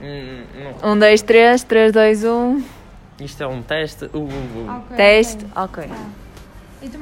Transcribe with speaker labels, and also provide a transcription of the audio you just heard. Speaker 1: Hum, não.
Speaker 2: 1, 2, 3, 3, 2, 1.
Speaker 1: Isto é um teste. Uh, uh, uh.
Speaker 2: Teste. Ok.
Speaker 3: Ah.